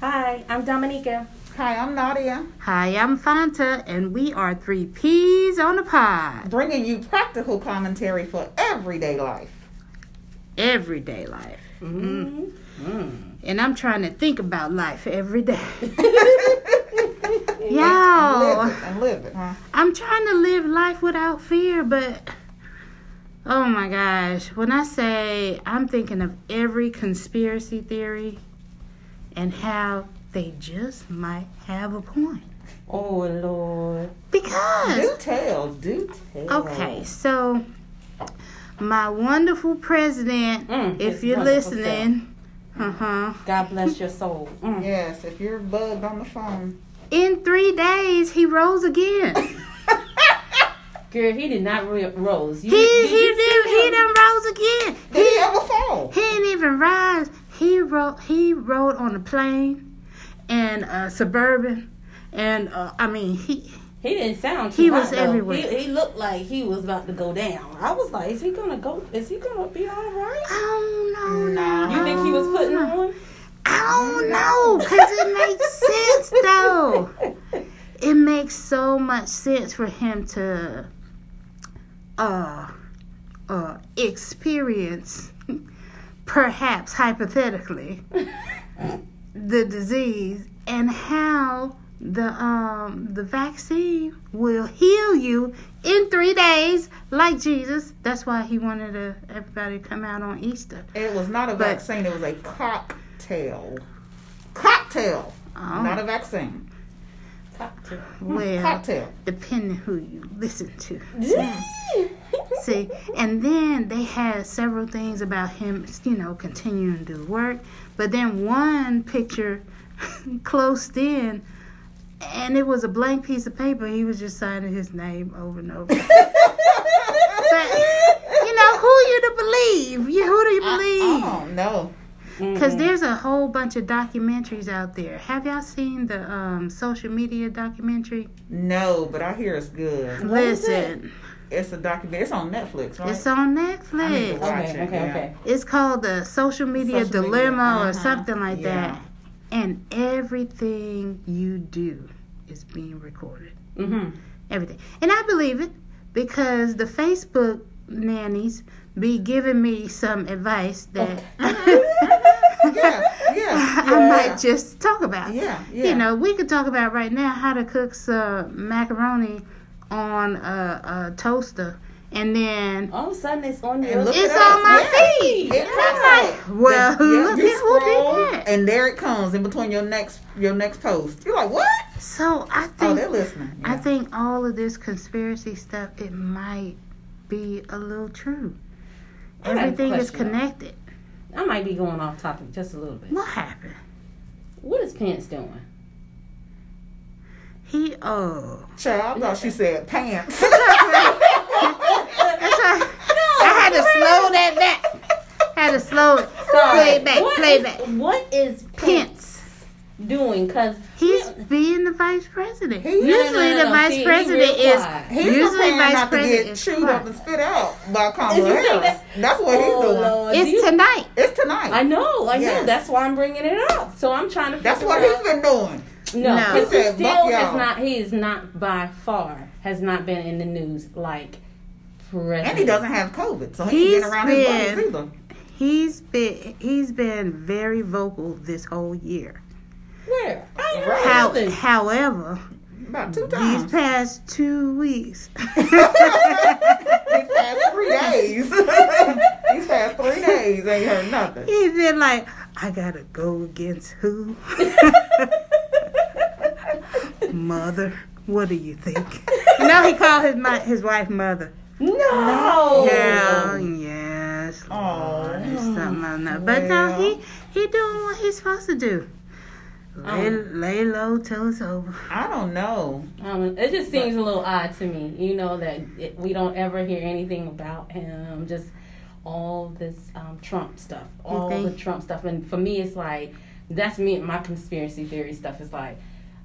Hi, I'm Dominica. Hi, I'm Nadia, Hi, I'm Fanta, and we are three peas on the pod. bringing you practical commentary for everyday life. Everyday life. Mm. And I'm trying to think about life every day. Live Yo, it and live it, huh? I'm trying to live life without fear, but oh my gosh, when I say I'm thinking of every conspiracy theory and how they just might have a point. Oh Lord. Because Do tell, do tell. Okay, so my wonderful president, Mm, if his you're wonderful listening, uh huh, God bless your soul. Mm. Yes, if you're bugged on the phone. in three days he rose again. Girl, he did not re- rose. You, He did he you did see he him? done rose again. Did he ever fall? He didn't even rise. He rode he rode on a plane and a suburban, and uh, I mean he He didn't sound. He too was hot, though. everywhere. He, he looked like he was about to go down. I was like, is he gonna go? Is he gonna be all right? I don't know. Nah. You think he was putting I don't know. on? I don't know, Um, cause it makes sense though. it makes so much sense for him to uh uh experience perhaps hypothetically the disease and how the um the vaccine will heal you in three days like jesus that's why he wanted to, everybody to come out on easter It was not a But- vaccine, it was a cocktail. Cocktail! Oh, Not a vaccine. Cocktail. well Cocktail. depending who you listen to See, See, and then they had several things about him, you know, continuing to do work. But then one picture closed in, and it was a blank piece of paper. He was just signing his name over and over. But you know, who you to believe? You who do you I, believe? I don't know. Because there's a whole bunch of documentaries out there. Have y'all seen the um, social media documentary? No, but I hear it's good. What is it? Listen, It's a documentary. It's on Netflix, right? it's on I need to Netflix. watch Okay, it, okay, yeah. okay. It's called the social media Social media, dilemma uh-huh. or something like Yeah. that. And everything you do is being recorded. Mm-hmm. Everything. And I believe it because the Facebook nannies be giving me some advice that Yeah, yeah. I might just talk about. Yeah, yeah. You know, we could talk about right now how to cook some macaroni on a, a toaster and then All of a sudden, it's on And your. look it's at us. on my Yes. feed. It And pops I'm like, up. well, The- yeah, look you at who scroll, did that. And there it comes in between your next your next post. You're like, what? So I Oh, think they're listening. I Yeah. think all of this conspiracy stuff it might be a little true. I got a Everything is question. connected. I might be going off topic just a little bit. What happened? What is Pence doing? He oh Child, I thought she said pants. that's right. I had to slow that back. had to slow it. Play it back, What play it is- back. What is Pence Pence. doing? Because He's being the vice president. He- usually No, no, no, the no. vice See, he president real is quiet. He's usually preparing vice not to president get is chewed quiet. up and spit out by You Kamala think Harris. that- That's what Oh, he's doing. Do oh, you- It's tonight. It's tonight. I know, I know. Yes. That's why I'm bringing it up. So I'm trying to. That's figure what out- he's been doing. No, No. Pence He said, still "Fuck is y'all." not. He is not by far has not been in the news like president. And he doesn't have COVID, so he He's ain't been around his buddies been- either. He's been he's been very vocal this whole year. Where? I ain't heard Right. How, nothing. however, About two these times. past two weeks, These past three days. These past three days ain't heard nothing. he's been like, I gotta go against who? mother, what do you think? no, he called his my, his wife mother. Oh. No. Girl, yes, Lord, or something like that. But no, he he doing what he's supposed to do. Oh. Lay, lay low till it's over. I don't know. Um, it just seems a little odd to me, you know, that it, we don't ever hear anything about him. Just all this um, Trump stuff, all think? the Trump stuff, and for me, it's like that's me. My conspiracy theory stuff is like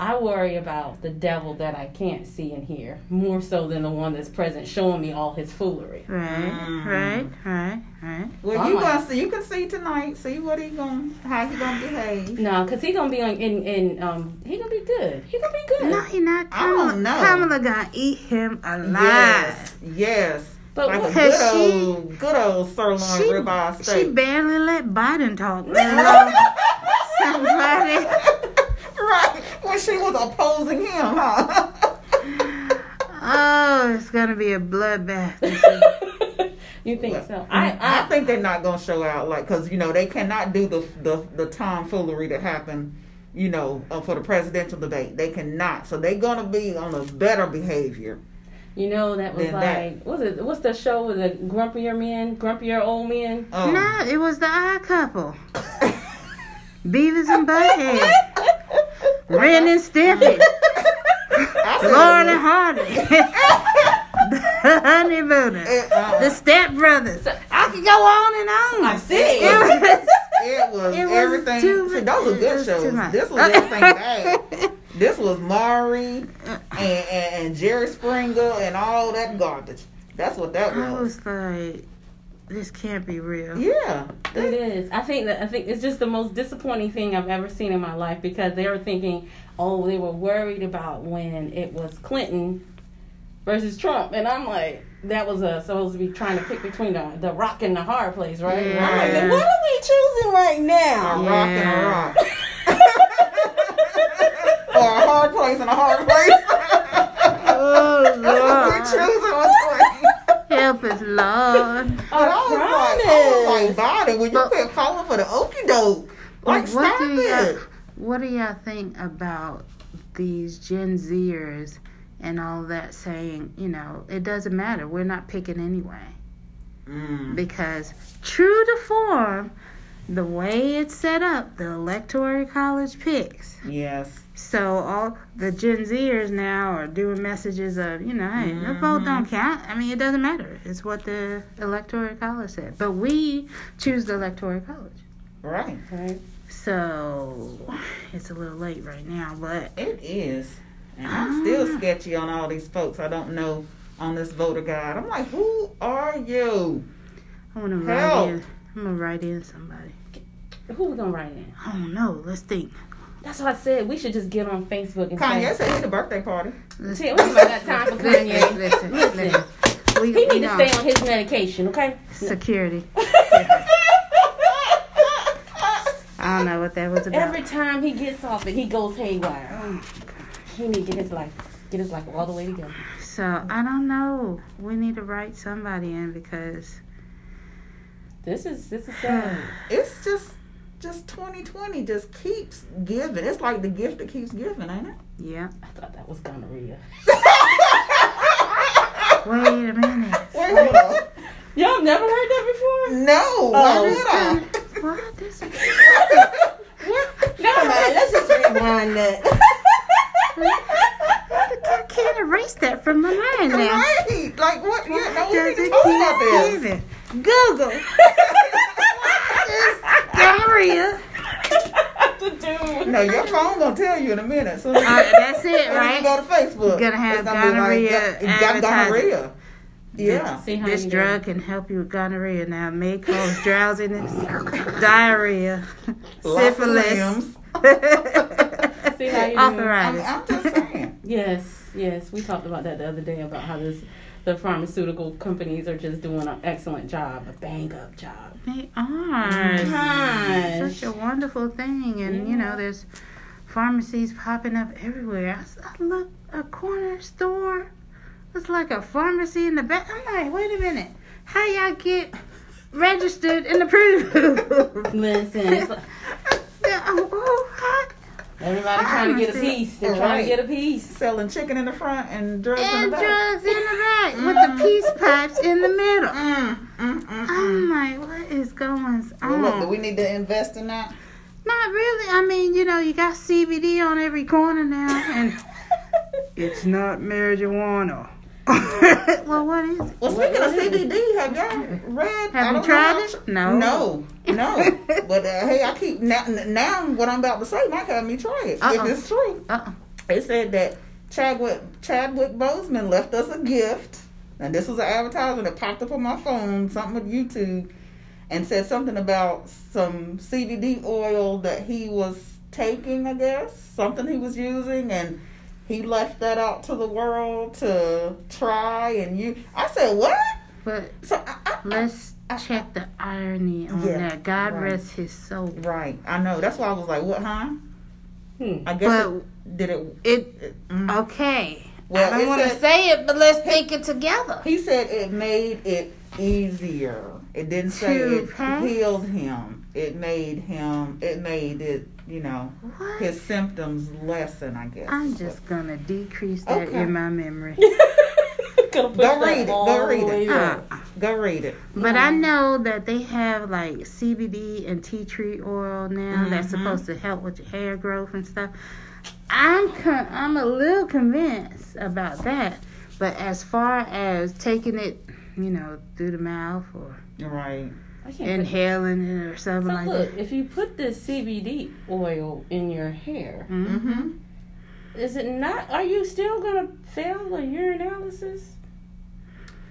I worry about the devil that I can't see and hear more so than the one that's present showing me all his foolery. Mm. Right, right, right, right. Well, I'm you like- gonna see. You can see tonight. See what he gonna, how he gonna behave. No, cause he gonna be on in in um he gonna be good. He gonna be good. No, he not. I don't Kamala, know. Kamala gonna eat him alive. Yes, yes. but like a what, good Cause Ah. she- old, good old sirloin ribeye she steak. barely let Biden talk. let alone Somebody. right when she was opposing him, huh? Oh, it's gonna be a bloodbath. you think so? I I I think they're not gonna show out like because you know they cannot do the the the tomfoolery that happened. You know, uh, for the presidential debate, they cannot. So they're gonna be on a better behavior. you know that was Then that- like what's it what's the show with the grumpier men, grumpier old men? Um, no, Uh, it was the odd couple. Beavers and Butthead. Ren and Stimpy. I said Lauren it and was- Hardy. the Honeymooners. uh, The Step Brothers. I could go on and on. I see. It was- It was, It was everything. too see, much. those were It good was too shows. much. This was everything bad. This was Maury and, and, and Jerry Springer and all that garbage. That's what that I was. was like, this can't be real. Yeah. It is. I think that I think it's just the most disappointing thing I've ever seen in my life because they were thinking, oh, they were worried about when it was Clinton versus Trump, and I'm like, that was uh, supposed to be trying to pick between the, the rock and the hard place, right? And I'm like, then what are we choosing right A now? rock and a Yeah. rock. or a hard place and a hard place. Oh, We're Lord. choosing one place. Help us, Lord. But I was like, I was like, Bonnie, when you But- quit calling for the okie doke, like, stop do y'all, it. what do y'all think about these Gen Zers and all that saying, you know, it doesn't matter. We're not picking anyway. Mm. Because true to form, the way it's set up, the electoral college picks. Yes. So all the Gen Zers now are doing messages of, you know, hey, the vote don't count. I mean, it doesn't matter. It's what the electoral college said. But we choose the electoral college. Right. Right. So it's a little late right now, but It is. And I'm still sketchy on all these folks I don't know on this voter guide. I'm like, who are you? I want to Help. write in. I'm gonna write in somebody. Who we gonna write in? I don't know. Let's think. That's why I said we should just get on Facebook and Kanye Say, said he's a birthday party. Let's See, we ain't got time for listen, Kanye. Listen, listen, Listen. We, He we need to know. stay on his medication, okay? security. I don't know what that was about. Every time he gets off it, he goes haywire. Oh He need to get his life, get his life all the way together. so I don't know. We need to write somebody in because This is this is sad. it's just just 2020 just keeps giving. It's like the gift that keeps giving, ain't it? yeah. I thought that was gonorrhea. Wait a minute. Wait, hold on. Y'all never heard that before? No, why Oh, would I? What this? What? Never mind. Let's just rewind that. I can't erase that from my mind now. Right. Like what? Yeah, no, we Does need to it talk keep about this. giving? Google. Diarrhea. the dude. No, your phone gonna tell you in a minute. So All right, that's it, You right? go to Facebook. Gonna have It's gonna be gonorrhea Like, yeah, you got advertising. gonorrhea. Yeah. See how This you drug can help you with gonorrhea now. May cause drowsiness, diarrhea, Lots of syphilis. limbs. See how you I'm, Arthritis. I'm just saying. do. Yes, yes. We talked about that the other day about how this, the pharmaceutical companies are just doing an excellent job, a bang up job. They Mm-hmm. are. Gosh. Such a wonderful thing. And, you know, there's pharmacies popping up everywhere. I, s- I look, a corner store. It's like a pharmacy in the back. I'm like, wait a minute. How y'all get registered and approved? Listen, it's like Yeah, oh, oh, hi. everybody trying to get a piece. They're trying to get a piece. Selling chicken in the front and drugs in and the back. Mm-hmm. drugs in the back with the peace pipes in the middle. Mm, mm, mm, mm. I'm like, what is going Well, on? look, do we need to invest in that? Not really. I mean, you know, you got CBD on every corner now, and it's not marijuana. well, what is it? Well, speaking What- of CBD, have y'all read? I Have you don't tried know how it? much- No. No, no. but uh, hey, I keep now, now. What I'm about to say might have me try it Uh-oh. if it's true. Uh-uh. It said that Chadwick Chadwick Boseman left us a gift, and this was an advertisement that popped up on my phone, something with YouTube, and said something about some CBD oil that he was taking, I guess, something he was using, and he left that out to the world to try. And you, I said, what? But So I, I, let's I- I- check the irony on Yeah, that. God right. rest his soul. right, I know. That's why I was like, what, huh? Hmm. I guess But it, did it? it it- mm. okay. Well, I it don't want to said- say it, but let's think it together. He said it made it easier. It didn't say To it pass? healed him. It made him. It made it. You know, What? his symptoms lessen. I guess. I'm is what- just gonna decrease that Okay. in my memory. Ah. Could've pushed Go that read it. all Go the read way it. up. up. Go read it. But I know that they have like CBD and tea tree oil now that's Mhm. Mm-hmm. supposed to help with your hair growth and stuff. I'm con- I'm a little convinced about that, but as far as taking it, you know, through the mouth or Right. I can't put- inhaling it or So something like look, that. if you put this CBD oil in your hair, Mhm. Mm-hmm. is it not? Are you still gonna fail a urinalysis?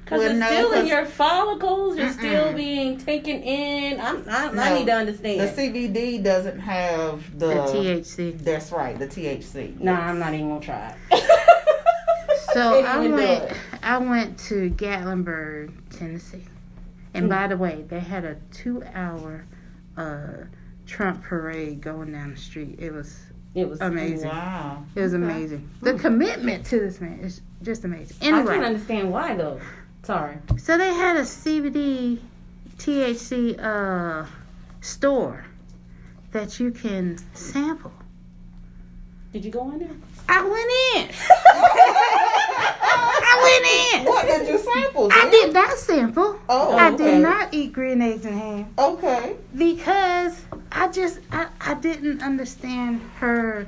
Because Well, it's no, still in 'cause- your follicles. You're still Mm-mm. being taken in. I'm, I'm, I No. need to The understand. CBD doesn't have the. The THC. That's right. The THC. nah, I'm not even gonna try. it. So can't I even do went it. I went to Gatlinburg, Tennessee. And by the way, they had a two hour uh, Trump parade going down the street. It was It was. amazing. Wow. It was Okay. amazing. The commitment to this man is just amazing. I can't Anyway, understand why though. Sorry. so they had a CBD, THC uh, store that you can sample. Did you go in there? I went in. I went in. What did you sample? I sis? did not sample. Oh, I okay. did not eat green eggs and ham Okay. because I just I, I didn't understand her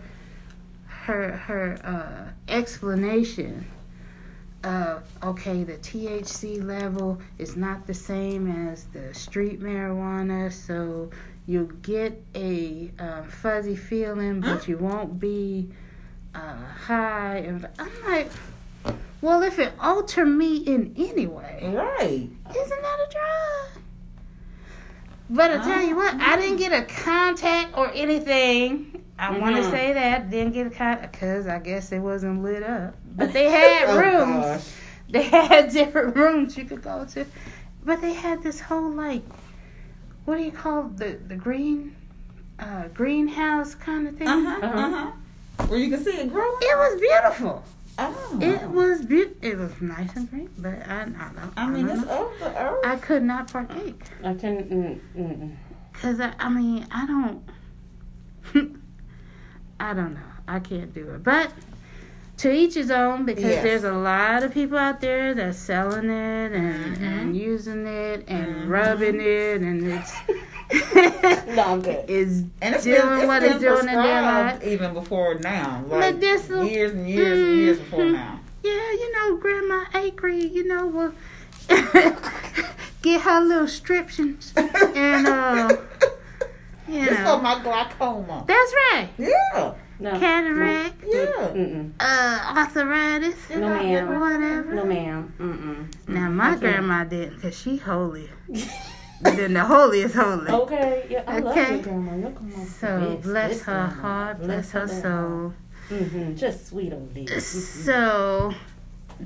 her her uh, explanation of okay the THC level is not the same as the street marijuana so you'll get a um, fuzzy feeling but you won't be uh, high and I'm like well if it alter me in any way Right. isn't that a drug? But I tell you what, I didn't get a contact or anything. I want to Mm-hmm. Mhm. say that didn't get a contact because I guess it wasn't lit up. But they had Oh, rooms. gosh. They had different rooms you could go to. But they had this whole like, what do you call the the green, uh, greenhouse kind of thing. Uh-huh. Uh-huh. Uh-huh. Where you can see it growing. It was beautiful. Oh. It was beautiful. It was nice and green, but I, I don't know. I mean, it's of the earth. I could not partake. I couldn't. Mm, mm, Cause I, I mean, I don't, I don't know. I can't do it. But to each his own, because Yes. there's a lot of people out there that's selling it and, Mm-hmm. Mhm. and using it and Mhm. rubbing it, and it's mm. No, I'm good. is And it's doing been, it's what been it's doing in their prescribed life. even before now, But like this will- years and years and years before Mhm. now. yeah, you know, Grandma Acree, you know, will get her little strips And, uh, you it's for know. my glaucoma. That's right, Yeah, No. Mm, cataract, yeah. Mm-mm. uh, arthritis, You're No, not- ma'am. you're not- whatever. No, ma'am. Mm, Now my Okay. grandma didn't, cause she holy. Mm-mm. then the holy is holy. Okay, yeah, I love Okay. your grandma. Your grandma's So bless her heart, bless her soul. Mm-hmm. Just sweet old lady. Mhm. So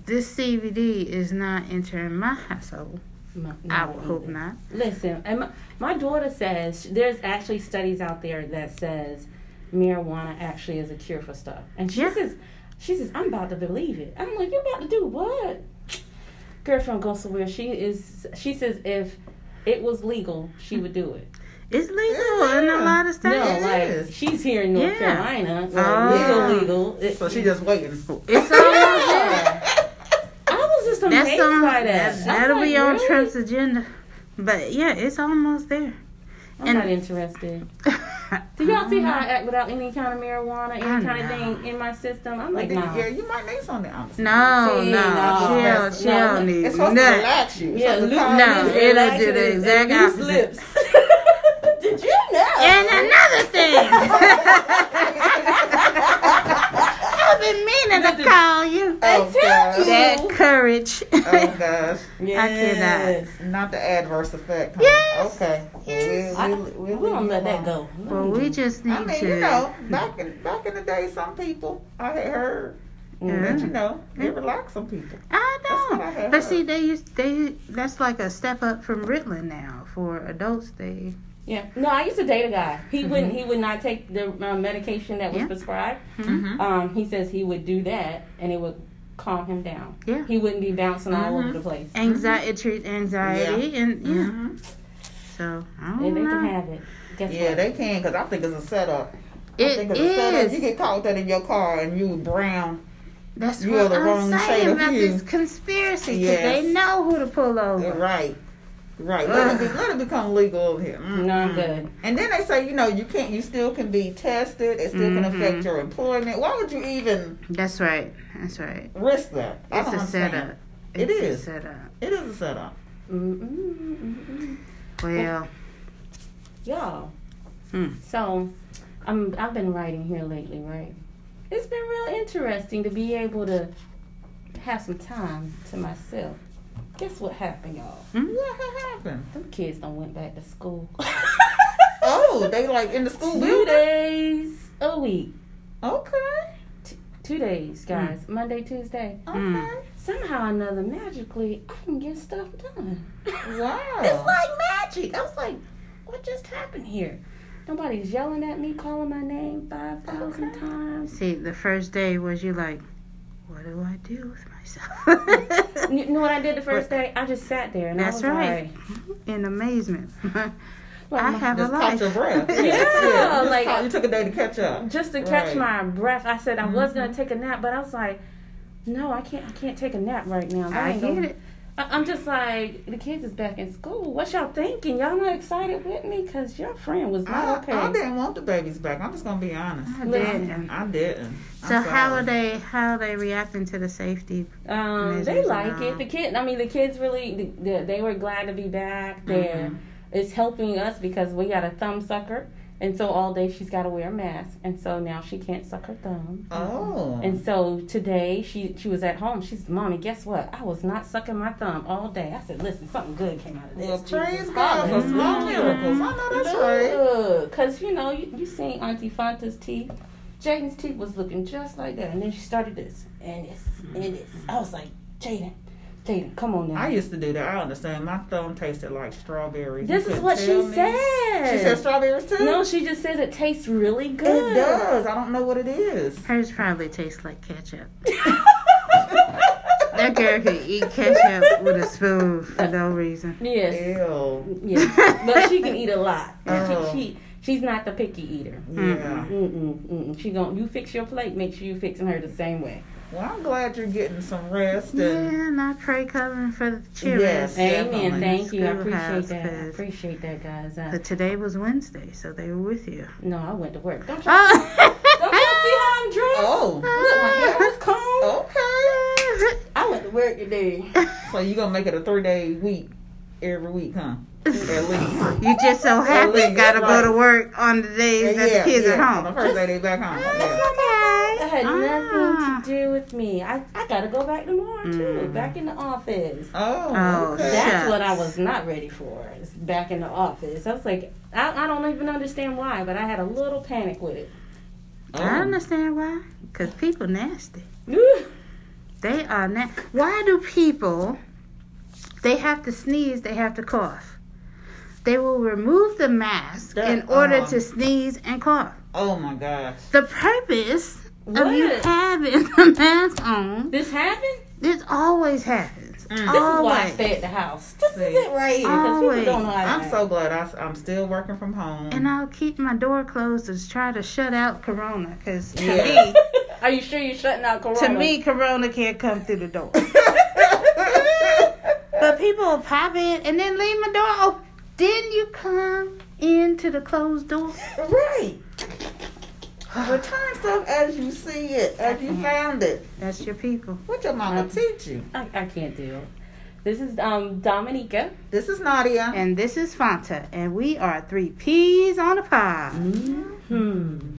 this CBD is not entering my household. My- I no, would hope either. not. Listen, and my, my daughter says there's actually studies out there that says marijuana actually is a cure for stuff, and she Yeah. says she says I'm about to believe it. I'm like, you're about to do what? Girlfriend goes somewhere. She is. She says if it was legal, she would do it. It's legal in a lot of No, states. it like is. she's here in North Yeah. Carolina. Like, Oh. Legal, legal. It- So she just waiting. It's almost there. Yeah. I was just amazed That's on. by that. I That, was that'll be like, on really? Trump's agenda. But yeah, it's almost there. I'm and- Oh. not interested. Do y'all see how I act without any kind of marijuana, any I kind know. of thing in my system? I'm like, You- nah. Yeah, you might need something. honestly. No, See, no, no. chill, chill, No, need It's supposed to nothing. relax you. It's Yeah, supposed Luke, to calm No, you. Luke it'll relaxes do the and exact Luke opposite. slips. Did you know? And another thing. How Had courage. Oh gosh, Yes. not the adverse effect. Huh? Yes. Okay. Well, Yes. I, we'll- we'll- we we'll don't leave let it that alone. go. well, we just need I mean, to. uh, you know, back in back in the day, some people I had heard that you Mhm. know they were like some people. I Mm, That's what I know, heard. but see, they used they that's like a step up from Ritalin now for adults. They Mm-hmm. Yeah. No, I used to date a guy. He wouldn't. He would not take the uh, medication that was Yeah. prescribed. Mm-hmm. Um, he says he would do that, and it would calm him down. Yeah. He wouldn't be bouncing all over Mhm. the place. anxiety treat anxiety and yeah. Mm-hmm. So I They, don't they can know. have it. Guess Yeah, what? they can because I think it's a setup. I think It it's a setup. You is. get caught with that in your car and you brown. That's you are what the I'm wrong shade saying of about hue. this conspiracy. 'cause Yes. they know who to pull over. Right. Right. Let it, be, Ugh. let it become legal here. Mm. No, I'm good. And then they say, you know, you can't. You still can be tested. It still can Mhm. affect your employment. Why would you even That's right. That's right. risk that? I It's don't a understand. setup. It It's a is. setup. It is a setup. Mm-mm-mm-mm. Well, Y'all. Hmm. So, I'm. I've been writing here lately, right? It's been real interesting to be able to have some time to myself. Guess what happened, y'all? Mm-hmm. What happened? Them kids done went back to school. Oh, they like in the school two building. days a week. Okay. Two days, guys. Monday, Tuesday. Okay. Mm. Somehow or another, magically, I can get stuff done. Wow. It's like magic. I was like, what just happened here? Nobody's yelling at me, calling my name 5,000 Okay. times. see, the first day was you like, what do I do with myself? You know what I did the first day? I just sat there and That's I was right. In amazement. like, I like, have Just a caught life. your breath. Yeah, yeah. You just like- caught- you took a day to catch up. just to catch Right. my breath. I said I was gonna Mm-hmm. take a nap, but I was like, no, I can't. I can't take a nap right now. That I ain't get gonna- it. I- I'm just like the kids is back in school. What y'all thinking? Y'all not excited with me? Cause your friend was I, not I oh, okay. didn't want the babies back. I'm just gonna be honest. I Listen. didn't. I didn't. I'm So how sorry. are they? How are they reacting to the safety? Um, they Amazing. like it. The kid. I mean, the kids really. th- They, they were glad to be back. There, it's helping us because we got a thumb sucker, and so all day she's got to wear a mask, and so now she can't suck her thumb. Oh. And so today she she was at home. She said, "Mommy, guess what? I was not sucking my thumb all day." I said, "Listen, something good came out of this." well, praise Jesus, God for small hallelujah. miracles. I know that's right. Look, cause you know you, you seen Auntie Fanta's teeth. Jaden's teeth was looking just like that, and then she started this and this and this. I was like, Jaden, Jaden, come on now. I used to do that. I understand. My thumb tasted like strawberries. this You is couldn't what she tell me. said. She said strawberries too. no, she just says it tastes really good. it does. I don't know what it is. Hers probably tastes like ketchup. that That girl could eat ketchup with a spoon for no reason. Yes. Ew. Yeah, but she can eat a lot. Oh. She, she she's not the picky eater. Yeah. Mm-hmm. Mm-mm. Mm-mm, mm-mm. She gon' you fix your plate. Make sure you fixing her the same way. Well, I'm glad you're getting some rest and Yeah, and I pray covering for the children. Yes. Amen. Definitely. Thank you. I Schoolhouse appreciate that. I food. appreciate that, guys. Uh, But today was Wednesday, so they were with you. no, I went to work. Don't y'all, don't y'all see Ah! Oh. how I'm dressed? oh, Look, my hair was okay. combed. I went to work today. So you gonna make it a three day week every week, huh? At least. you just so happy Really, gotta go right. to work on the days that the kids are on home. The first day they back home. Yeah. That It's had Ah. nothing to do with me. I, I gotta go back tomorrow too. Back in the office. Oh, Oh, okay. That's Shucks. what I was not ready for. Is back in the office. I was like, I, I don't even understand why, but I had a little panic with it. I Oh. understand why. Cause people nasty. Whew. They are not. Why do people? They have to sneeze. They have to cough. They will remove the mask That- in order uh. uh-huh. to sneeze and cough. Oh my gosh. The purpose of you What? having the mask on, This happened? this always happens. Mm. This is why I Always. stay at the house. This is See. it right here. Because Always. people don't know how to I'm act. so glad I, am still working from home. and I'll keep my door closed to try to shut out Corona, because to Yeah. me, Are you sure you're shutting out Corona? to me, Corona can't come through the door. but But people will pop in and then leave my door open. Didn't you come into the closed door? right. Return stuff as you see it, as you found it. That's your people. What your mama teach you? I, I can't do it. This is um Dominica. This is Nadia. Mm-hmm. And this is Fanta, and we are three peas on a pie. Hmm.